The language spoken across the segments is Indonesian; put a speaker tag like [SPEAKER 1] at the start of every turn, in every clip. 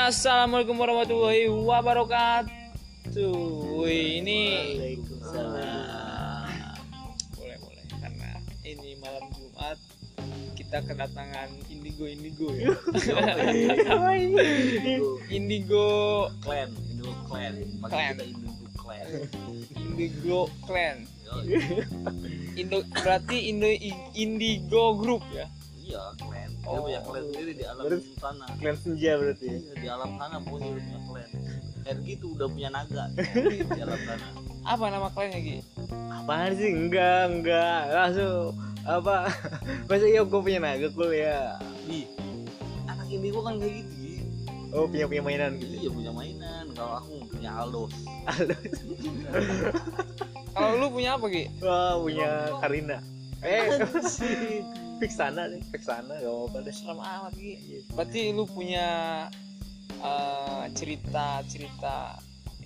[SPEAKER 1] Assalamualaikum warahmatullahi wabarakatuh. Wih, ini
[SPEAKER 2] Iya,
[SPEAKER 1] Ah, boleh boleh karena ini malam Jumat kita kedatangan Indigo Indigo ya. Indigo
[SPEAKER 2] Clan, Indo Clan,
[SPEAKER 1] Clan.
[SPEAKER 2] makanya kita Indo Clan.
[SPEAKER 1] Indigo Clan.
[SPEAKER 2] Yoi.
[SPEAKER 1] Indo berarti Indo Indigo Group ya.
[SPEAKER 2] Iya, clan. Dia
[SPEAKER 1] Oh.
[SPEAKER 2] punya clan sendiri di alam
[SPEAKER 3] Terus-
[SPEAKER 2] tanah.
[SPEAKER 3] Klan senja berarti.
[SPEAKER 2] Iya, Di alam tanah pokoknya udah punya clan. Ergi tuh udah punya naga di alam tanah. Iya,
[SPEAKER 1] Apa nama klannya Gi?
[SPEAKER 3] Apaan sih? Enggak, enggak. Langsung apa? Masa iya gue punya naga ya? kuliah.
[SPEAKER 2] Ih, anak ini gua kan kayak gitu. Gi.
[SPEAKER 3] Oh, punya punya mainan gitu.
[SPEAKER 2] Iya punya mainan. Kalau aku punya Aldo.
[SPEAKER 1] Kalau lu punya apa Gi?
[SPEAKER 3] Wah, punya Karina. Eh, Fiksana deh, Fiksana gak apa-apa deh. Gitu.
[SPEAKER 1] Serem amat Gi. Berarti lu punya eh, cerita-cerita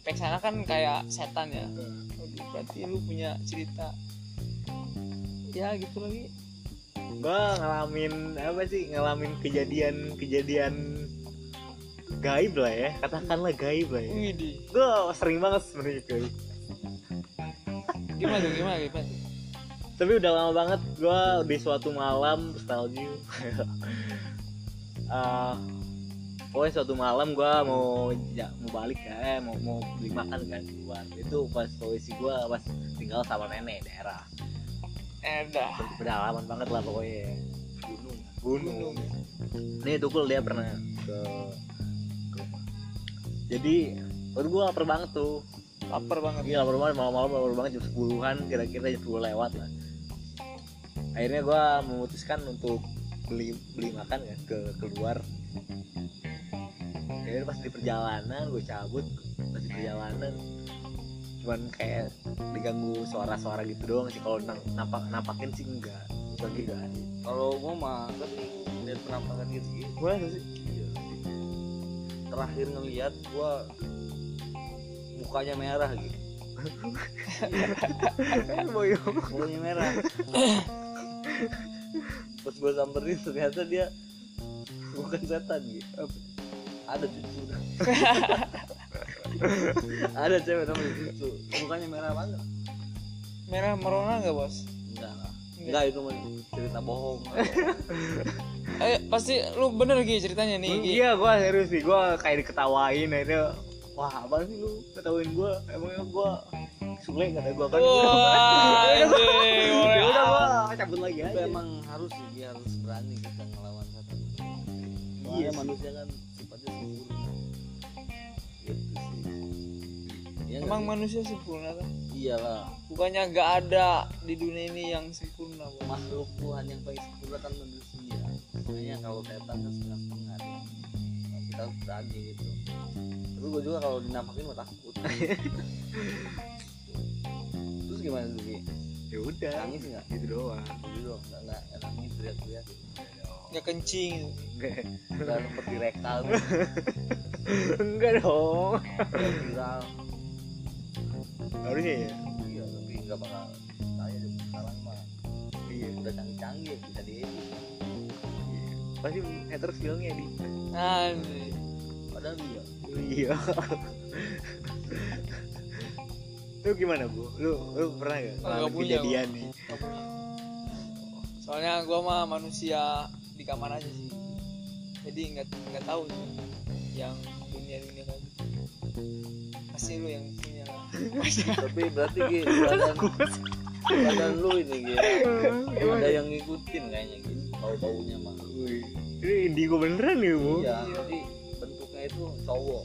[SPEAKER 1] Ipek sana kan kayak setan ya. Waduh, Berarti lu punya cerita ya gitu lagi.
[SPEAKER 3] Gue ngalamin apa sih? Ngalamin kejadian-kejadian gaib lah ya. Katakanlah gaib lah ya.
[SPEAKER 1] Widih.
[SPEAKER 3] Gue sering banget sebenarnya itu.
[SPEAKER 1] Gimana tuh? Gimana? Gimana? tuh?
[SPEAKER 3] tapi udah lama banget gue di suatu malam nostalgia Eh, pokoknya suatu malam gue mau ja- mau balik ya eh, mau mau beli makan kan di luar itu pas posisi gue pas tinggal sama nenek daerah
[SPEAKER 1] Eh dah.
[SPEAKER 3] Ber- beralaman banget lah pokoknya
[SPEAKER 2] Gunung.
[SPEAKER 3] gunung nih tukul dia pernah ke, ke rumah jadi waktu gue lapar banget tuh
[SPEAKER 1] Lapar banget.
[SPEAKER 3] Iya lapar banget malam-malam lapar banget jam 10-an kira-kira jam 10 lewat lah. Akhirnya gua memutuskan untuk beli beli makan kan ke keluar. Akhirnya pas di perjalanan gue cabut pas di perjalanan cuman kayak diganggu suara-suara gitu doang sih kalau nang- napak napakin sih enggak bukan gitu kan
[SPEAKER 2] Kalau gua mah kan lihat penampakan gitu gitu.
[SPEAKER 3] gua sih
[SPEAKER 2] Iya. Terakhir ngelihat gua mukanya merah gitu.
[SPEAKER 3] mau yuk
[SPEAKER 2] mukanya merah pas gue samperin ternyata dia bukan setan gitu Apa? ada cucu ada cewek namanya cucu mukanya merah banget
[SPEAKER 1] Merah merona nggak bos?
[SPEAKER 2] enggak lah enggak itu mah cerita bohong
[SPEAKER 1] Eh pasti lu bener Gi ceritanya nih Gi.
[SPEAKER 3] iya gua serius sih gua kayak diketawain akhirnya wah apa sih lu ketawain gua emangnya gua sulit kata gua kan
[SPEAKER 1] Wah, anjing, boleh
[SPEAKER 3] ya udah gua cabut lagi
[SPEAKER 2] itu
[SPEAKER 3] aja
[SPEAKER 2] emang harus sih dia harus berani kita ngelawan setan
[SPEAKER 3] Iya
[SPEAKER 2] soalnya
[SPEAKER 3] sih.
[SPEAKER 2] manusia kan sifatnya sempurna gitu sih Iya nggak
[SPEAKER 1] Emang
[SPEAKER 2] sih?
[SPEAKER 1] manusia sempurna kan?
[SPEAKER 2] iyalah
[SPEAKER 1] Bukannya nggak ada di dunia ini yang sempurna bos?
[SPEAKER 2] makhluk Tuhan yang paling sempurna kan manusia makanya kalau setan kan setengah-setengah Nah, kita harus berani gitu tapi gue juga kalau dinampakin mah takut terus gimana tuh Ki?
[SPEAKER 3] ya udah
[SPEAKER 2] nangis nggak
[SPEAKER 3] gitu doang
[SPEAKER 2] dulu nggak nggak nggak nangis teriak-teriak
[SPEAKER 1] Nggak kencing.
[SPEAKER 3] enggak
[SPEAKER 2] nggak sempet direktal
[SPEAKER 3] enggak dong
[SPEAKER 2] viral
[SPEAKER 3] harusnya ya
[SPEAKER 2] iya tapi nggak bakal saya di sekarang mah
[SPEAKER 3] iya
[SPEAKER 2] udah canggih-canggih bisa diedit
[SPEAKER 3] pasti haters bilangnya di
[SPEAKER 1] Anjing.
[SPEAKER 2] padahal iya
[SPEAKER 3] iya lu gimana bu lu lu pernah gak ngalamin
[SPEAKER 1] punya,
[SPEAKER 3] kejadian nih
[SPEAKER 1] Nggak punya. Soalnya gua mah manusia di kamar aja sih. Jadi nggak nggak tahu tuh yang dunia dunia kayak gitu. Pasti lu yang punya lah.
[SPEAKER 2] tapi berarti gitu badan badan lu ini gitu ada yang ngikutin kayaknya gitu bau baunya mah
[SPEAKER 3] Wih, ini indigo beneran ya bu
[SPEAKER 2] iya jadi bentuknya itu cowok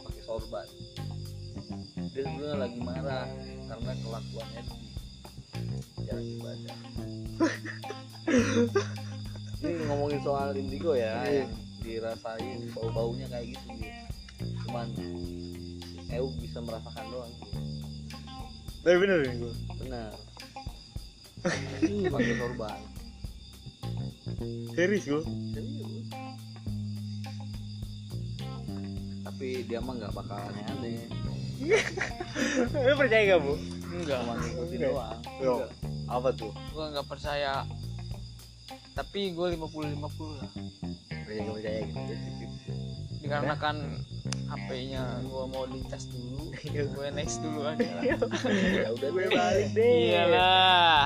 [SPEAKER 2] pakai sorban dia sebenarnya lagi marah karena kelakuan Edi jarang dibaca ini ngomongin soal indigo ya
[SPEAKER 3] Iya.
[SPEAKER 2] yang dirasain bau baunya kayak gitu dia cuman Eu bisa merasakan doang
[SPEAKER 3] tapi bener ya bu
[SPEAKER 2] benar pakai sorban
[SPEAKER 3] serius bu
[SPEAKER 2] Serius. tapi dia mah nggak bakal aneh-aneh
[SPEAKER 3] lu percaya gak bu
[SPEAKER 1] Enggak.
[SPEAKER 2] cuma ngikutin
[SPEAKER 3] Enggak.
[SPEAKER 2] doang
[SPEAKER 3] Loh, apa tuh
[SPEAKER 1] gua nggak percaya tapi gue 50-50 lah
[SPEAKER 3] percaya gak percaya gitu
[SPEAKER 1] dikarenakan HP-nya gue mau dicas dulu gue next dulu aja lah
[SPEAKER 2] ya udah
[SPEAKER 3] gue balik deh
[SPEAKER 1] iyalah